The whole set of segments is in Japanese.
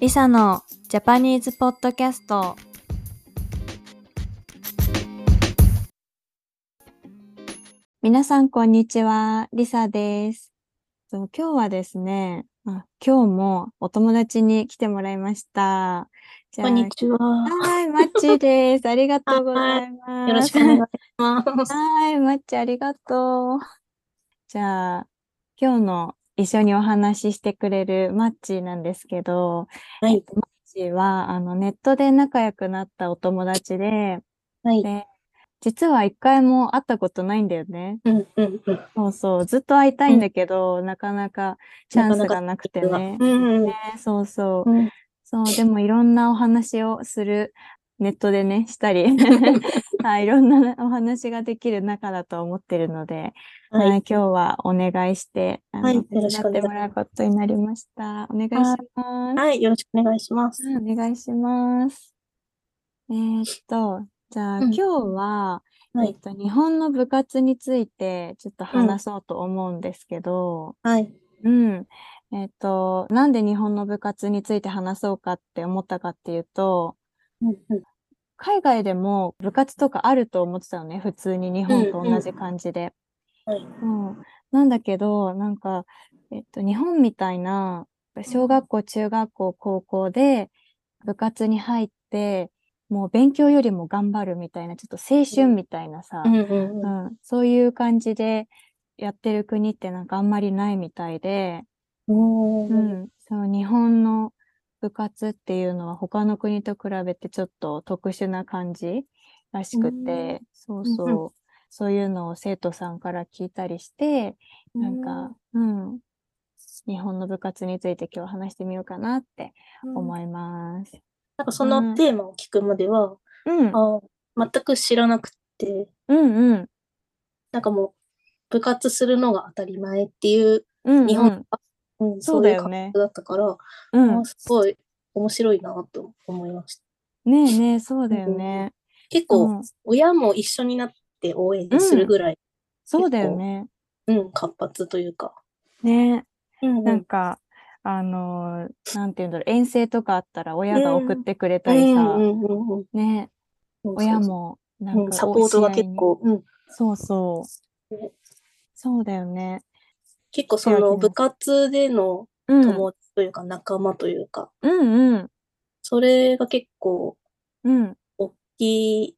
リサのジャパニーズポッドキャスト皆さんこんにちはリサですと今日はですねあ今日もお友達に来てもらいましたじゃあこんにちは。はいマッチーですありがとうございますよろしくお願いします。はい、マッチありがとう。じゃあ、今日の一緒にお話ししてくれるマッチーなんですけど、はい。マッチーはあのネットで仲良くなったお友達で、はい。で実は一回も会ったことないんだよね。うんうんうん。そうそう、ずっと会いたいんだけど、なかなかチャンスがなくてね。うんうんねそうそう。うん。そう、でもいろんなお話をする、ネットでね、した り、はい、いろんなお話ができる仲だと思ってるので、はい、はい。今日はお願いして、あのはい手伝よろしくおっ願ていしますもらうことになりました。お願いします。はい。よろしくお願いします。うんお願いします。えーっと、じゃあ、う今ん日は、はえーいっ。と、日本の部活についてちょっと話そうと思うんですけど、はい。うん。えっと、なんで日本の部活について話そうかって思ったかっていうと、うんうん海外でも部活とかあると思ってたのね、普通に日本とうんう同んじ感じで。はいうん。なんだけど、なんか、えっと、日本みたいな、小学校、中学校、高校で部活に入って、もう勉強よりも頑張るみたいな、ちょっと青春みたいなさ、うんうんうん。うん、そういう感じでやってる国ってなんかあんまりないみたいで、おうーん、そう、日本の部活っていうのは他の国と比べてちょっと特殊な感じらしくて、そううんうんそう、そういうのを生徒さんから聞いたりして、なんか、うん、日本の部活について今日話してみようかなってうん思います。なんかそのテーマを聞くまでは、うん、あー全く知らなくて、うん、うん、なんかもう、部活するのが当たり前っていう、うん、日うん本、うん、そういだよ感ね覚だったから、うん、あすごい面白いなと思いました。ねえねえ、そうだよね。結う構ん、親も一緒になって応援するぐらい、そうだよね。うん、活発というか。ねえ。うんうなんか、あのーなんて言うんだろう、遠征とかあったら親が送ってくれたうりんさ、うんうんうんね、そうそうそう親もなうんんかサポートが結お構、う試ん、合に。そうそうね。そうだよね。結構そ手分のけね部活でのうん。うん友達というか仲間というか、うん。それが結構うん。大き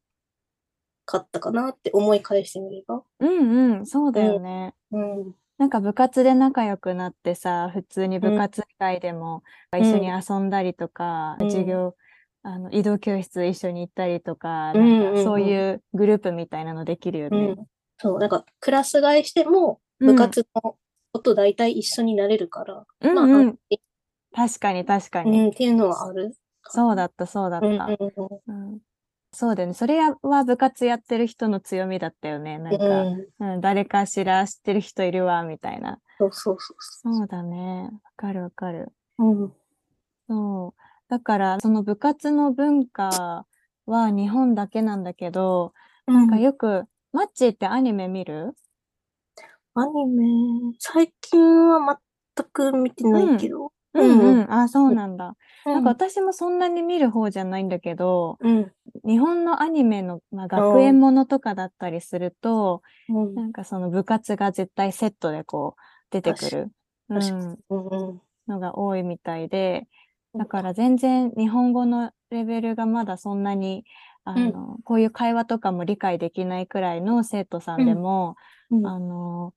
かったかなって思い返してみれば。うんうん。そうだよね。うん。なんか部活で仲良くなってさ、普通に部活以外でもん一緒に遊んだりとか、うん授業、あの、移動教室一緒に行ったりとか、うんうんなうんんかそういうグループみたいなのできるようねん。そう、なんかクラス替えしてもうん部活のこと大体一緒になれるから、うんまあ、うん安。定確かに確かうに。ん、っていうのはある。そうだった、そうだっうんうんた。うんうん、そうだよね。それは部活やってる人の強みだったよね。なんか、うんうん、誰かしら知ってる人いるわ、みたいな。そうそうそうそそうだね。わかるわかる。う。うんそう。だから、その部活の文化は日本だけなんだけど、なんかよく、マッチーってアニメ見るアニメ、最近は全く見てないけうど。んうんうん。あ、そうなんだ。ななんか、私もそんなに見る方じゃないんだけど、うん。日本のアニメの、まあ、うん学園ものとかだったりすると、うんなんかその部活が絶対セットでこう出てくる、う確かん、うんのが多いみたいで、うんだから全然日本語のレベルがまだそんなに、あの、こういう会話とかも理解できないくらいの生徒さんでも、うん。あの、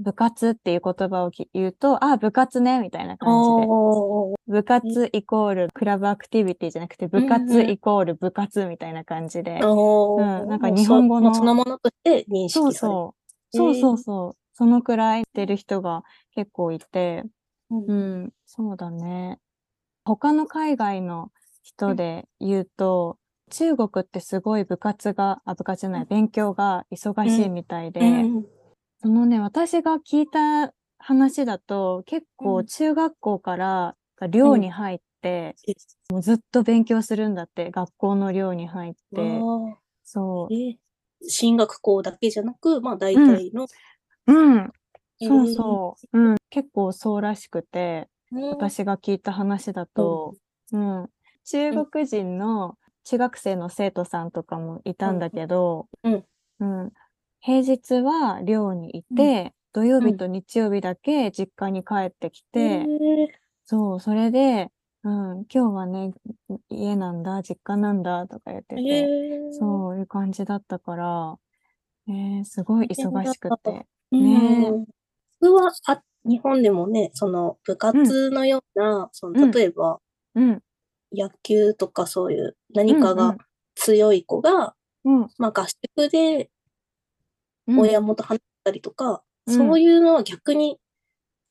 部活っていう言葉をき言うと、あ、部活ね、みたいな感じで。おー部活イコールクラブアクティビティじゃなくて、部活イコール部活みたいな感じで。おーうんなんか日本語のもうそもうそのものとして認識さそれうる。そう。えーそうそうそう。そのくらいしてる人が結構いて、うんうん、そうだね。他の海外の人で言うと、中国ってすごい部活が、あ、部活じゃなうい、ん勉強が忙しいみたいで、うんそのね、私が聞いた話だと、結う構ん中学校から寮に入って、もうずっと勉強するんだって、学校の寮に入って、わそーえー進学校だけじゃなく、まあ大体の。う。うん、そううそう。うん、結構そうらしくて、ん。私が聞いた話だと、うん、中国人の中学生の生徒さんとかもいたんだけど、うんうん平日は寮にいて、土曜日と日曜日だけ実家に帰ってきて、えーそう、それで、うん、今日はね、家なんだ、実家なんだとか言ってて、えーそういう感じだったから、えーすごい変だ忙しくて。うねえん。普通は、あ、日本でもね、その部活のような、そうんの、例えばうん、野球とかそういう何かうんうんが強い子が、うん、まあ合宿でうん親元離れたりとか、うんそういうのは逆に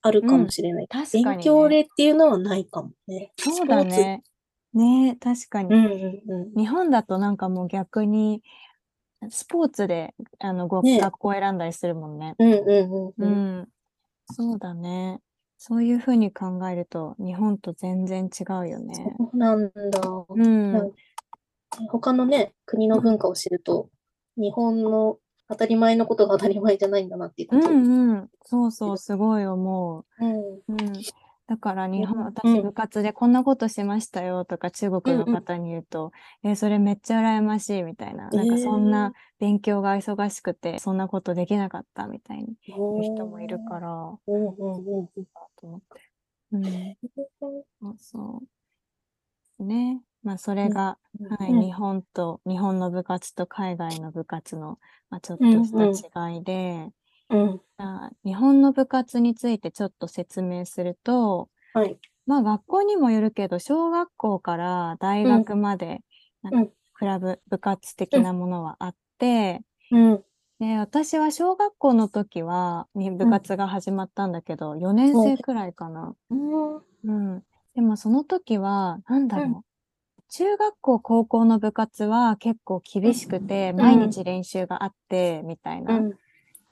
あるかもしれない。確かに、ね。勉強でっていうのはないかもね。そうだスポーツ。ね。ね、確かに。うんうんうん。日本だとなんかもう逆に、スポーツで、あの、ごね学校選んだりするもんね。うんうんうんううん。ん。そうだね。そういうふうに考えると、日本と全然違うよね。そうなんだ。うん。なん他のね、国の文化を知ると、日本の当たり前のことが当たり前じゃないんだなっていううこと。んうん。そうそう、すごい思う。うんうん。だから日本、うん私部活でこんなことしましたよとか中国のうんうん方に言うと、えーそれめっちゃ羨ましいみたいな。なんかえーそんな勉強が忙しくて、そんなことできなかったみたいに言う人もいるから、とうんうんうんうん。思って。うん。そうそう。ね。まあそれが、はい、うん日本と、日本の部活と海外の部活の、まあ、ちょっとうんした違いで、うん。あ日本の部活についてちょっと説明すると、はい。まあ学校にもよるけど、小学校から大学まで、んなんかクラブ、部活的なものはあって、うん。で、私は小学校の時は、に部活が始まったんだけど、4年生くらいかな。うん。うん。でもその時は、なんだろう。中学校、高校の部活は結構厳しくて、毎日練習があって、みたいな。うん。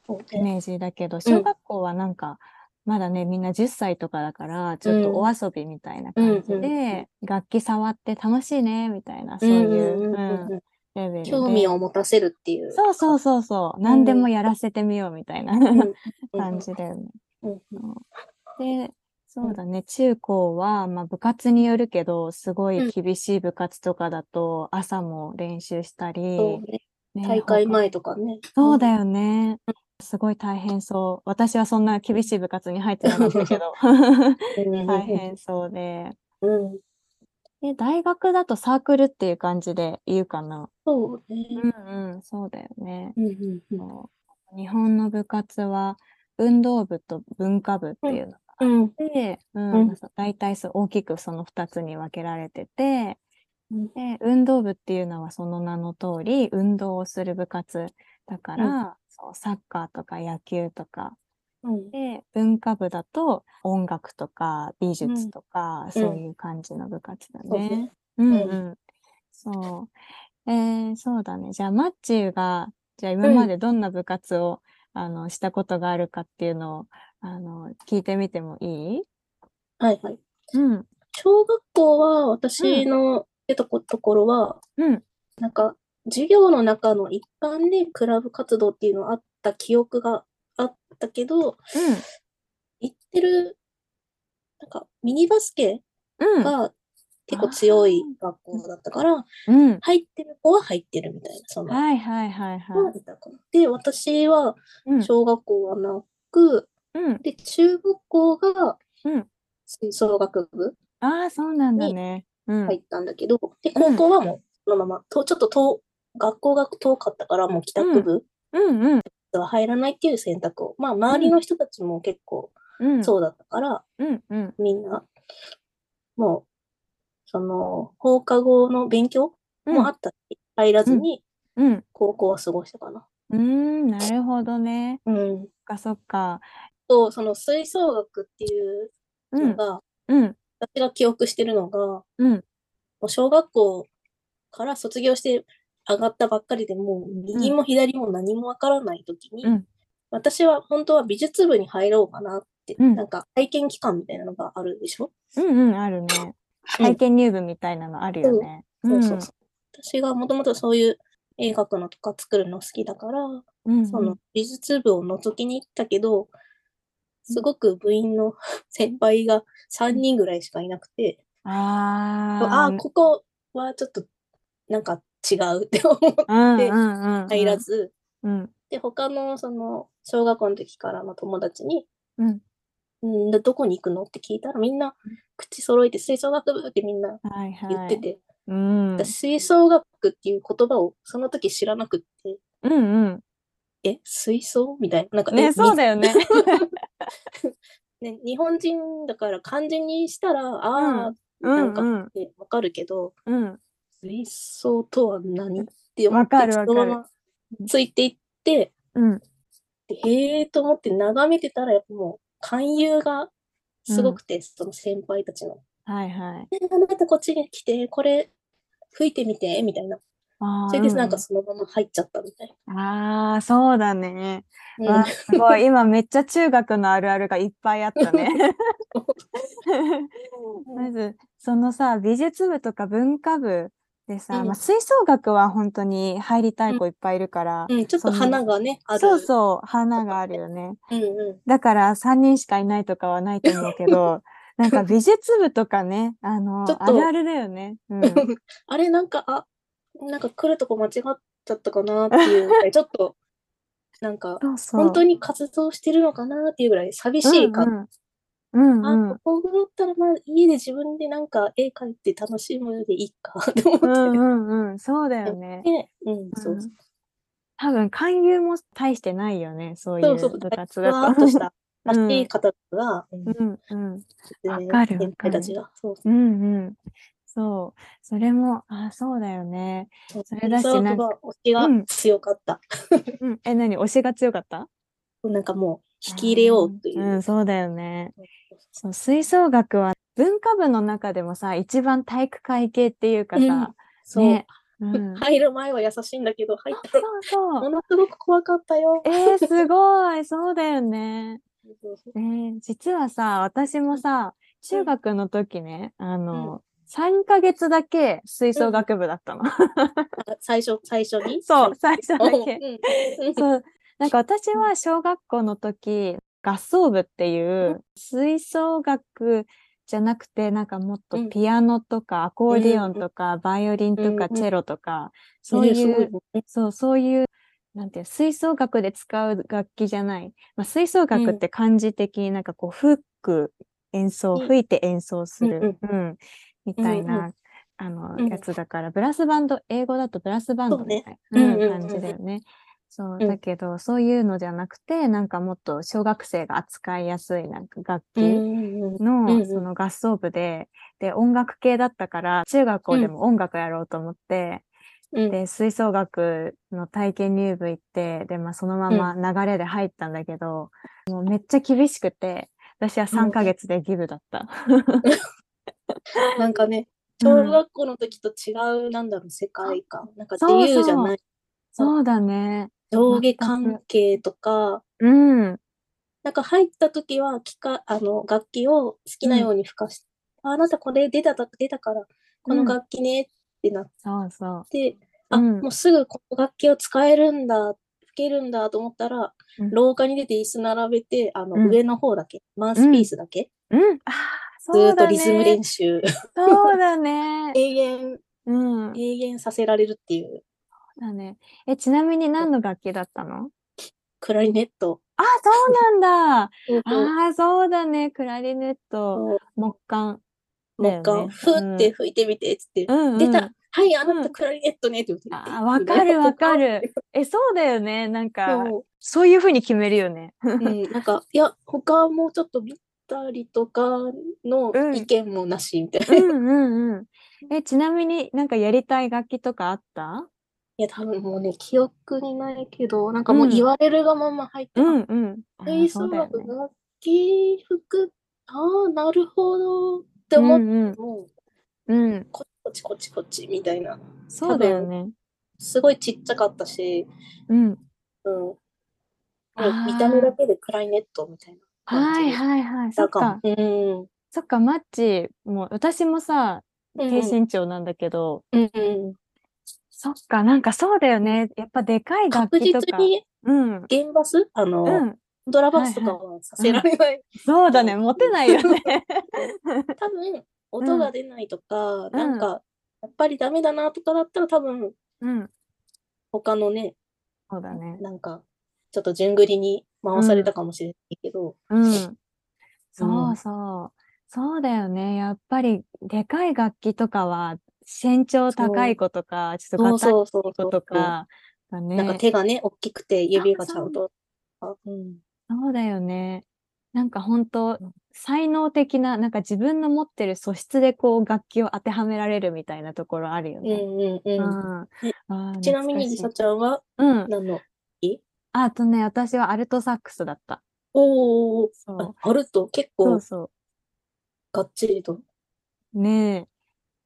そうイね。メージだけど、小学校はなんか、まだね、みんな10歳とかだから、ちょっとお遊びみたいな感じうんうんで、楽器触って楽しいね、みたいな、そううんいう、ううんんうんうんレベルで。興味を持たせるっていう。そうそうそうそう、何でもやらせてみようみたいな うんうんうん感じだよね。うんで、そうだね、中高は、まあ部活によるけど、すごい厳しい部活とかだと、朝も練習したそりう、ね。ね大会前とかね。そうだよね。すごい大変そう。私はそんな厳しい部活に入ってなかったけ ど、 うん。うん大。変そうで。うん。で、大学だとサークルっていう感じで言うかな。そうね。うんうん、そうだよね。うんうんうんそう日本の部活は運動部と文化部っていうのがあうん。って、うんうんそう大体そう大きくその2つに分けられてて、うんで運動部っていうのはその名の通り運動をする部活だから、うそうサッカーとか野球とかうん。で文化部だと音楽とか美術とか、うんそういう感じの部活だそうね。ね。うんううん。そう。えー、そうだね。じゃあ、マッチーが、じゃあ今うんまでどんな部活を、あの、したことがあるかっていうのを、あの、聞いてみてもいいはいはい。うん。小学校は私の出たこところは、うん。なんか授業の中の一環でクラブ活動っていうのはあった記憶があったけど、行ってる、なんかミニバスケうん。が結構強い学校だったから、うん。うん。入ってる子は入ってるみたいな、その、はいはいはいまあはい。いたかなで、私はうん。小学校はなく、うん。で、中学校がうん吹奏楽部ああ、そうなんだね。うん。入ったんだけど、で、高校はもうそのまま、とちょっと遠、学校が遠かったから、もう帰宅部うんうん。は入らないっていう選択を、まあ、周りの人たちも結構うん。そうだったから、うんうん。みんな、もう、その、放課後の勉強もあったし、入らずにうん。高校は過ごしたかな。うーん。なるほどね。うん。そっかそっか。と、その吹奏楽っていううのん。が、うん。私が記憶してるのが、もうん。う小学校から卒業して上がったばっかりでもう右も左も何もわからない時に、うん私は本当は美術部に入ろうかなって、うんなんか体験期間みたいなのがあるでしょ、うんうん。あるね。体験入部みたいなのあるよね。そうそうそう。私がもともとそういう絵描くのとか作るの好きだから、うん。うんその美術部を覗きに行ったけど、 すごく部員の先輩が3人ぐらいしかいなくて、あああ、ここはちょっとなんか違う って思ってあ、でうんうんうん入らず、うん。で、他のその小学校の時からの友達に、うん。んでどこに行くのって聞いたらみんな口揃えて吹奏楽部ってみんなはいはい。言ってて、うん。私吹奏楽っていう言葉をその時知らなくって、うんうん。え、吹奏みたいな。なんか、えね、そうだよね。にね日本人だから漢字にしたら、ああ、うんなうんんか。ってわかるけど、うん。水槽とは何って思わっかて、るわかるそのままついていって、うん。でへえと思って眺めてたら、やっぱもう、勧誘がすごくて、その先輩たちの。はいはい。えあなたこっちに来て、これ吹いてみて、みたいな。ああ。それでなんうかそのまま入っちゃったみたいんうんああ、そうだね。な。わすごい。今めっちゃ中学のあるあるがいっぱいあったね。 うんまずそのさ美術部とか文化部でさ、うんまあ、吹奏楽は本当に入りたい子いっぱいいるから、うん、ちょっと花がね、ある。そうそう花があるよねうんうだから3人しかいないとかはないと思うけど なんか美術部とかねあのちょっとあるあるだよね、うん、ん。あれ、なんか、あ、なんか来るとこ間違っちゃったかなってい うぐらい、ちょっと、なんか、そうそう 本当にに活動してるのかなっていうぐらい寂しいか、うんうん、うんうんあ、ここだったらまあ家で自分でなんか絵描いて楽しむよりいいか と思って、うんうんうんそうだよね。で、うん、 そううそん多分勧誘も大してないよね、そういううそう、部だい活ぶだふと。わーっとしたらしうんい方が、うん うんうん。わかるわね先かる輩たちが、そうそううんうん。そう。それも、あ、そうだよね。そう、それだしなんかなん推しが強かった、うん、え、何推しが強かったなんかもう引き入れようという。ん、そうだよね。そうそうそう、吹奏楽は文化部の中でもさ、一番体育会系っていうかさ、そうね。うん。入る前は優しいんだけど、入っあそたうらそも う。のすごく怖かったよ。えー、すごい。そうだよね。そうそうね実はさ、私もさ、中学の時ね、あの、3ヶ月だけ吹奏楽部だったの。あ最初、最初にそう、最初だけ。 うんそう。なんか私は小学校の時、合奏部っていう、吹奏楽じゃなくて、なんかもっうとんピアノとかアコーディオンとか、バイオリンとかうんチェロとか、そういねすごうい、もんねそう、そういう、なんていう、吹奏楽で使う楽器じゃない。まあ、吹奏楽って漢字的になんかこう、吹く演奏、うん吹いて演奏する、うん、みたいうんな、あのう、んやつだから、ブラスバンド、英語だとブラスバンドそうみねたいなうんううんんうん感じだよね。そう、うんだけど、そういうのじゃなくて、なんかもっと小学生が扱いやすいなんか楽器、うんうんうんのうんその合奏部で、で、音楽系だったから、中学校でも音楽やろうと思って、うんで、吹奏楽の体験入部行って、で、まあそのまま流れで入ったんだけど、もうめっちゃ厳しくて、私は3ヶ月でギブだった。なんかね、うん小学校の時と違う、なんだろう、世界観。なんかそう自由じゃない。そうだね。上下関係とか、うん。なんか入った時は、きか、あの、楽器を好きなように吹かして、ああなたこれ出た、出たから、こうのん楽器ねってなっそうそう。て、うあ、んもうすぐこの楽器を使えるんだ、吹けるんだと思ったら、うん廊下に出て椅子並べて、あの、うん上の方だけ、マウスピースだけ、うん。あーずそーうっとだリズムね。練習、そうだ ね。永遠、うん。永遠させられるっていう、だね。え、ちなみに何の楽器だったのクラリネット。あ、そうなんだ。 そうああ、そうだね。クラリネット、そう木管。もう一だよ回、ねふーって吹いてみて、つって、うん、うん。出た、はい、あなうたんクラリネットね、って言って。あーわかるわか る。え、そうだよね。なんか、そうそういうふうに決めるよね。うん、なんか、いや、他もちょっと見たりとかのうん意見もなし、みたいな。うんうんうん。 え、ちなみになんかやりたい楽器とかあったいや、多分もうね、記憶にないけど、なんかもううん言われるがまま入って、うんうん。ああー吹そ奏うだよ楽、ね。楽器、服、ああ、なるほどってうん思ってうん。も、うん。こっちこっちこっちみたいな。そうだよね。すごいちっちゃかったし、うん。うん。もうあー見た目だけでクライネットみたいな感はじいはいはい。そだっかか。も。うん。そっか、マッチ、もう私もさ、うん低身長なんだけど、うんうん、そっか、なんかそうだよね。やっぱでかい楽確器と実か。にうん。弦バスあの、うん。ドラバスとかはさせられない。そうだね。モテないよね。 多分、音が出ないとか、んなんか、やっぱりダメだなとかだったら多分、うん。他のね、そうだね。なんか、ちょっと順繰りに回されたかもしれないけど、うん。そうそう。そうだよね。やっぱり、でかい楽器とかは、身長高い子とか、ちょっとそガうタイそうそうそ子うとか、だなんかね。手がね、大きくて指がちゃんと。あうん、そうだよね。なんか本当才能的な、なんか自分の持ってる素質でこう楽器を当てはめられるみたいなところあるようんね。うんう。うんん。あえーちなみに、り懐さかしいちゃんはうん。何のあとね、私はアルトサックスだった。おー、そあう。あると結そう構そがっちりと。う。ね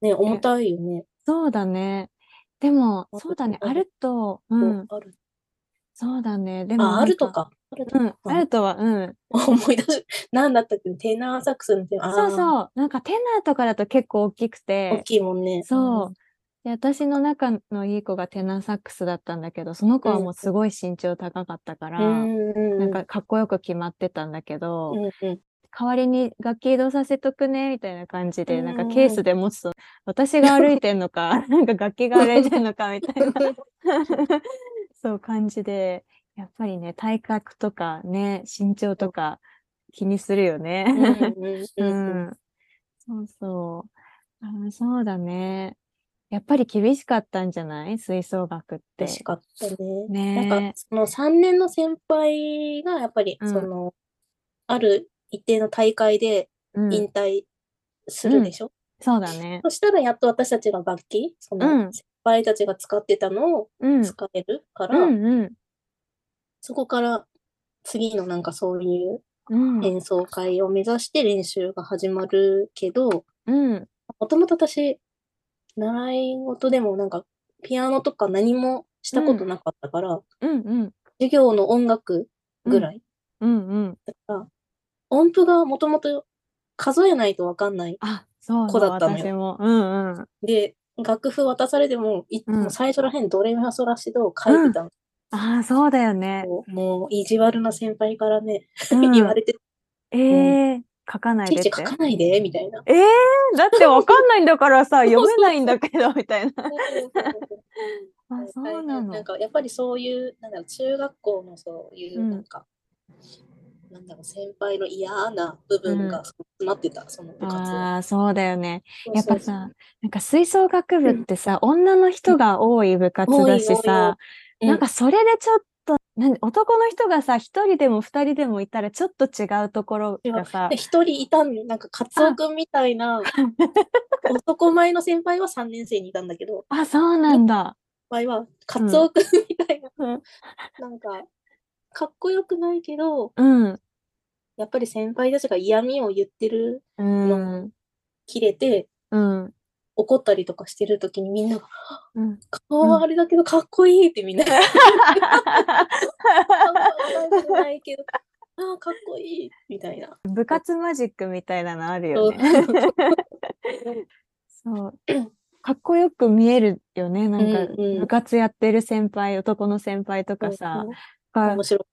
え。ね、重たいよね。そうだね。でも、あそうだね。あアルト、う。こうんある。そうだね。でもあ、なんあると。か。あるとうか。ん。アルトは、うん。思い出す。何だったっけテナーサックスのテナー。そうう。そう。なんかテナーとかだと結構大きく大て、きいもんね。そう。で、私の仲のいい子がテナーサックスだったんだけど、その子はもうすごい身長高かったかうら、ん。うん。なんか、かっこよく決まってたんだけど、うんうん。代わりに楽器移動させとくねみたいな感じで、なんかうんうんケースで持つと私が歩いてんの かなんか楽器が歩いてんのかみたいな そう感じでやっぱりね体格とかね身長とか気にするよね。う うんうん。ん、そうそうあーそうだねやっぱり厳しかったんじゃない吹奏楽っ嬉て。しかったね。ねなんか、その3年の先輩が、やっぱり、うんその、ある一定の大会でうん引退するでしょ、そうだね。そしたら、やっと私たちが楽器、そうんの、先輩たちが使ってたのをうん。使えるから、うんうんそこから、次のなんかそういううん演奏会を目指して練習が始まるけど、うんもともと私、習い事でもなんか、ピアノとか何もしたことなかったから、うんうん授業の音楽ぐらい、うんうん。音符がもともと数えないとわかんない。あ、そう子だだったのよ私も。うんうん。で、楽譜渡されても、いうんもう最初らへんドレミファソラシドを書いてたの、ああ、そうだよね。もう意地悪な先輩からね、うん 言われて、ええ書かないちでいっちてい。書かないで、みたいな。ええだってわかんないんだから さ、そう読めないんだけど、みたいな。あ、大そう変ななんの。かやっぱりそういう、なんだろう、中学校のそういうう、んなんか、なんだろう、先輩の嫌な部う分がん詰まってた、その部活は。ああ、そうだよね。そうやっぱそうさ、なんか吹奏楽部ってさ、女の人が多い部活だしさ、多い多いなんかそれでちょっと、なん男の人がさ、一人でも二人でもいたらちょっと違うところがさで、一人いたんなんか、カツオくんみた いな、男前の先輩は3年生にいたんだけど、あ、そうなんだ。先輩は、カツオくんみたいな、うんなんか、かっこよくないけど、 うん。やっぱり先輩たちが嫌味を言ってる、うん。切れて、うん。怒ったりとかしてるときにみんなが、うん。 顔はあれだけどかっこいいってみんな、顔は笑いじゃないけど、 ああ、かっこいいみたいな。部活マジックみたいなのあるそようね。 そう。かっこよく見えるよね。なんかうんうん部活やってる先輩、男の先輩とかさ。か面白い。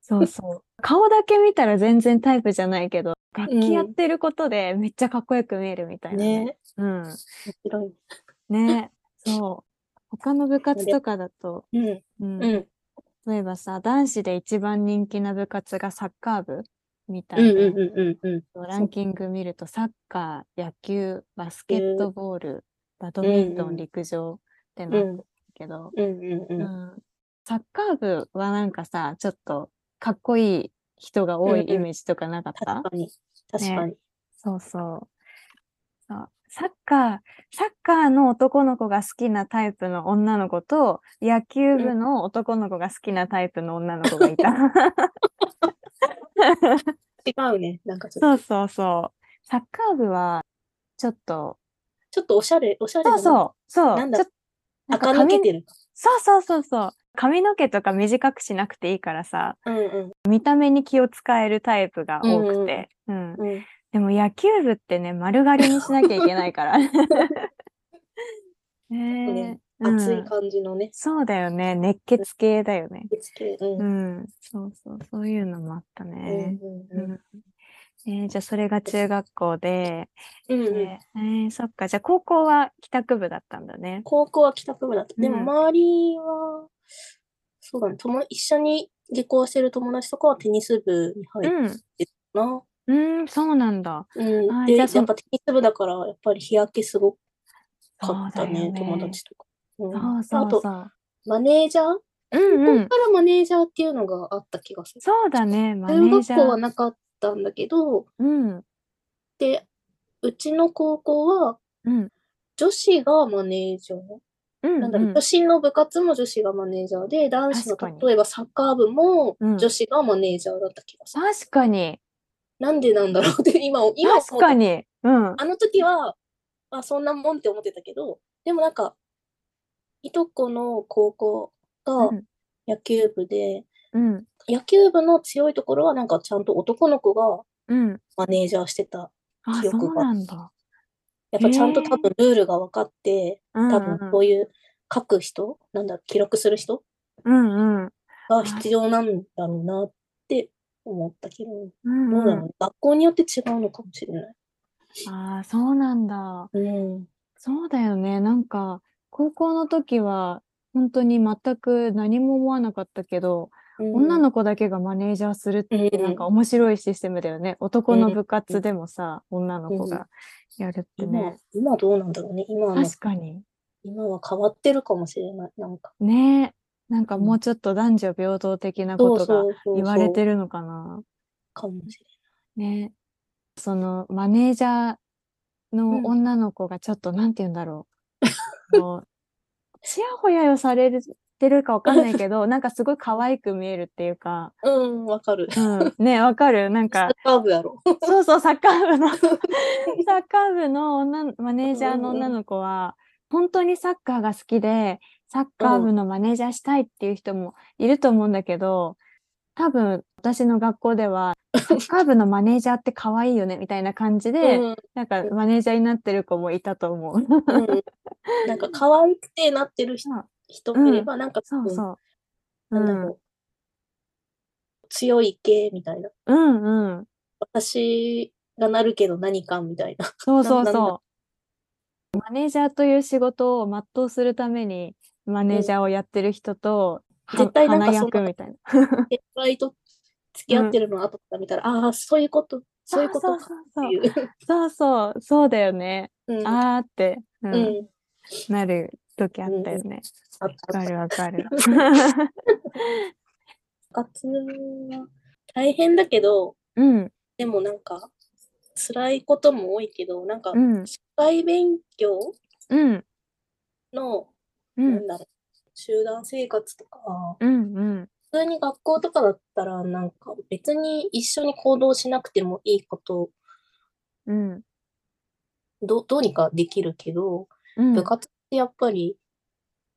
そうそう。顔だけ見たら全然タイプじゃないけど、楽器やってることでめっちゃかっこよく見えるみたいな。ね。うん。面白い。ね。そう。他の部活とかだと、うん。うんうん。例えばさ、男子で一番人気な部活がサッカー部みたういんな。うんうんうんうん。ランキング見ると、サッカー、野球、バスケットボール、バドうんミントうんン、陸上ってうなるんけど、うんうんううんサッカー部はなんかさ、ちょっとかっこいい人が多いうんうんイメージとかなかっ確た、かに。確かに。そうそうそう。サッカー、サッカーの男の子が好きなタイプの女の子と、野球部の男の子が好きなタイプの女の子がいた。 違うね。なんかちょっとそうそうそう。サッカー部は、ちょっと、ちょっとおしゃれ、おしゃれそうう。そう、そう。なんだちょっとなんか垢抜髪けてる。そうそうそうそう。髪の毛とか短くしなくていいからさ、うんうん見た目に気を使えるタイプが多くて。うんうん。でも野球部ってね、丸刈りにしなきゃいけない から。ねえね、うん熱い感じのね。そうだよね。熱血系だよね。ぶつけ。うんうん。そうそう、そういうのもあったうんね。うんうんうんえーじゃあそれが中学校で、うんえうん。ーえーそっか。じゃあ高校は帰宅部だったんだね。高校は帰宅部だった。でもうん周りは、そうだね、とも一緒に下校してる友達とかはテニス部に入っうん。てたな。うん、そうなんだ。うん。あじで、ゃやあっそのぱテニス部だから、やっぱり日焼けすごかっそうだたね、よね友達とか。うんそうあそうと、そう。マネージャー、うんう高校ん。からマネージャーっていうのがあった気がする。そうだね。マネ中ー学ジャ校はー。なかったんだけど、うん。で、うちの高校はうん。女子がマネージャー。うん。なんだろう、うん女子の部活も女子がマネージャーで、男子の確かに例えばサッカー部もうん女子がマネージャーだった気がする。確かに。なんでなんだろうって今を、今思うと確かに。うん。あの時は、まあそんなもんって思ってたけど、でもなんか、いとこの高校がうん野球部で、うん。野球部の強いところはなんかちゃんと男の子がうん。マネージャーしてた。あ、記そ憶うがなんだ。やっぱちゃんとへえ多分ルールが分かって、うん多分そういう書く人、なんだ、記録する人うんうんうんが必要なんだろうなって思ったけど、うんどうだろううんね。学校によって違うのかもしれない。あーそうなんだ。うん。そうだよね。なんか、高校の時は、本当に全く何も思わなかったけど、女の子だけがマネージャーするって子なんか面白いシステムだよね。男のうん部活でもさ、女の子がやるって今ね。、今どうなんだろうね。今の、確かに。今は変わってるかもしれない。なんか。ねなんかうんもうちょっと男女平等的なことがうそ言われるてるのかな。かもしね。そのマネージャーうんの女の子がちょっと、なんて言うんだろう。こう ちやほやよされてるかわかんないけど、なんかすごい可愛く見えるっていうか、れない。うん、わかる。うん、ね、わかるなんかサッ、カー部やろ。そうそう、サッカー部 の、サッカー部の女のマネージャーの女の子は、本当にサッカーが好きで、サッカー部のマネージャーしたいっていう人もいると思うんだけど、多分私の学校で は、サッカー部のマネージャーって可愛いよねみたいな感じで、うんなんかうんマネージャーになってる子もいたと思う。うんなんか可愛くてなってる人うん人もいれば、なんか、そうそうう。んなんだろう。強い系みたいな。うん、うんうん。私がなるけど何かみたいな。そうそうなんなんそう。マネージャーという仕事を全うするために、マネージャーをやってる人と、は絶対なんか花そんな役みたいな。先輩と付き合ってるの後から見たら、ああ、そういうこと、そういうことそうかそうってそうい。う。 そうそう、そうだよね。うんあーって、うんうん。なる時あったよね。あっわかたあったるわかる。 部活は大変だけど、うん、でもなんか、辛いことも多いけど、なんかう、ん、社会勉強うん、の、う、なんんだろう、集団生活とか、うん、うん。普通に学校とかだったら、なんか別に一緒に行動しなくてもいいこと、うんどどうにかできるけど、うん部活ってやっぱり、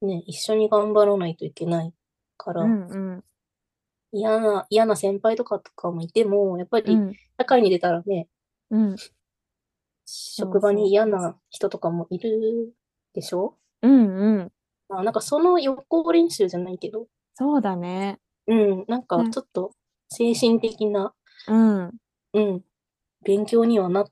ね、一緒に頑張らないといけないから、うんうん嫌な、嫌な先輩とかとかもいても、やっぱうりん社会に出たらね、うんう職場に嫌な人とかもいるでしょうんうんまあ、なんかその予行練習じゃないけど、そうだね。うん、なんかちょっと精神的な、うん。うん、勉強にはなっ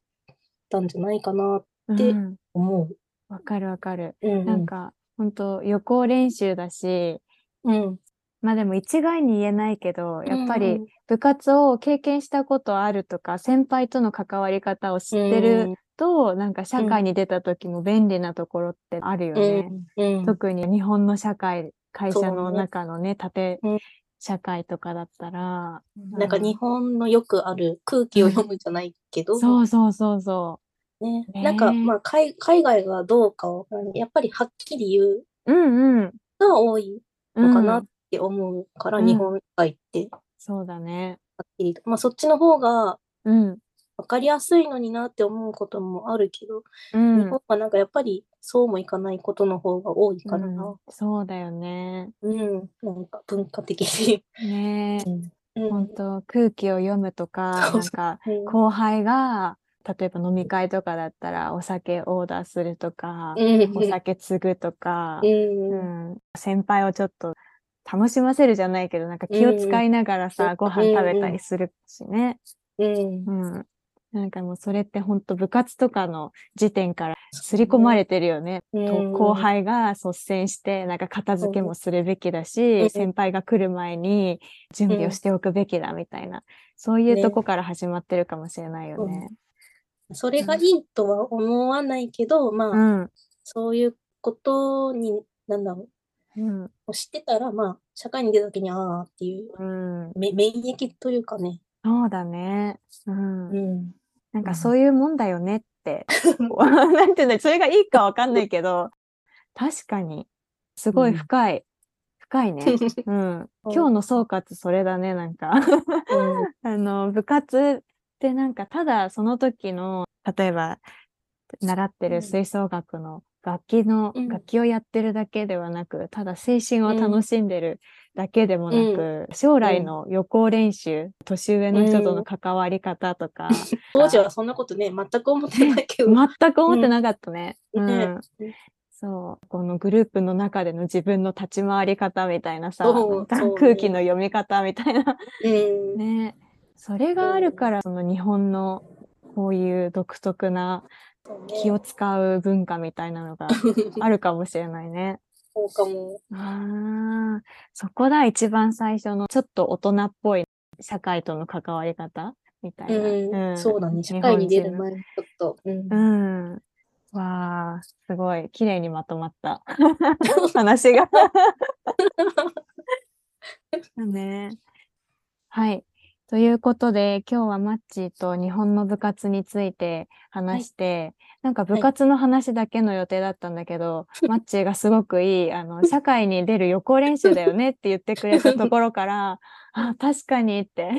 たんじゃないかなとでうん思う。わかるわかる。うん、なん、か、本当予行練習だし、うん、まあでも一概に言えないけど、やっぱうりん部活を経験したことあるとか、先輩との関わり方を知ってると、なんか社会に出た時も便利なところってあるようね。ん、うん、特に日本の社会、会社そうのね中のね、縦うん社会とかだったら、なんか日本のよくある空気を読むじゃないけど、そうそうそうそね、ねなんか、まあ、海海外がどうかを、やっぱりはっきり言うう。うんうん。が多いうんのかなって思うから、うん日本海って、はっそうだね。きりと。まあ、そっちの方がうん。分かりやすいのになって思うこともあるけど、うん。日本はなんかやっぱりそうもいかないことの方が多いからう。なんそうだよね。うん、なんか文化的 に。ねえ、うん本当空気を読むとか、そうなんそかうん後輩が、例えば飲み会とかだったらお酒オーダーするとか、うんお酒継ぐとかう、うんん、先輩をちょっと楽しませるじゃないけど、なんか気を使いながらうんうさ、んご飯食べたりするしね。うんうん、なんかもうそれって本当部活とかの時点から刷り込まれてるよね。うとん後輩が率先して、なんか片付けもするべきだし、うん先輩が来る前に準備をしておくべきだみたいな、そういうとこから始まってるかもしれないよね。それがいいとは思わないけど、まあ、うん。そういうことに、なんだろうん。う、知ってたら、まあ、社会に出た時に、ああっていう、うん。め免疫というかね。そうだね。うん。うん。なんうかんそういうもんだよねって。こう なんていうんだろうそれがいいかわかんないけど、確かに、すごい深い。深いね。 うん。うん今日の総括、それだね、なんか。あの、部活ってなんか、ただその時の、例えば、習ってうるん吹奏楽の楽器の、うん楽器をやってるだけではなく、ただ青春を楽しんでるだけでもなく、将来の予行練習、年上の人との関わり方とか、当時はそんなことね、全く思ってないけど。全く思ってなかったね。ううんんそうこのグループの中での自分の立ち回り方みたいなさそうなんかそうね空気の読み方みたいなうん。ねそれがあるからその日本のこういう独特なそうね気を使う文化みたいなの があるかもしれないね。そうかも。あーそこだ一番最初のちょっと大人っぽい社会との関わり方みたいな。うん。そうだね。社日会本に出人るの前にちょっと。うんう。ん。わあ、すごい。綺麗にまとまった。 話が。ね。はい。ということで、今日はマッチーと日本の部活について話して、なんか部活の話だけの予定だったんだけど、マッチーがすごくいい、あ の、社会に出る予行練習だよねって言ってくれたところから、あ、確かに って。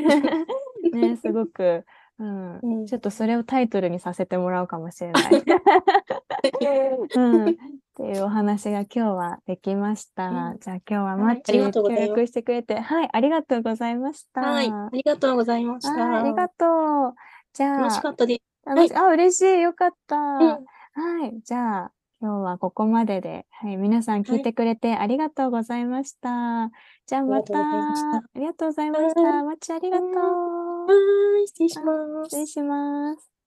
ね、すごく、うん、うんちょっとそれをタイトルにさせてもらうかもしれ ない。うん、っていうお話が今日はできました。うんじゃあ今日はマはいッあチりにがと協うございます力してくれて、はい、ありがとうございました。はい。ありがとうございました。はいありがとう。じゃあ、楽しかったです。楽しあ、嬉しい。よかった。うんはい。じゃあ、今日はここまでで、はい、皆さん聞いてくれてありがとうございました。じゃあまた、あありがとうございました。マッチありがとう。はーい。失礼します失。礼します。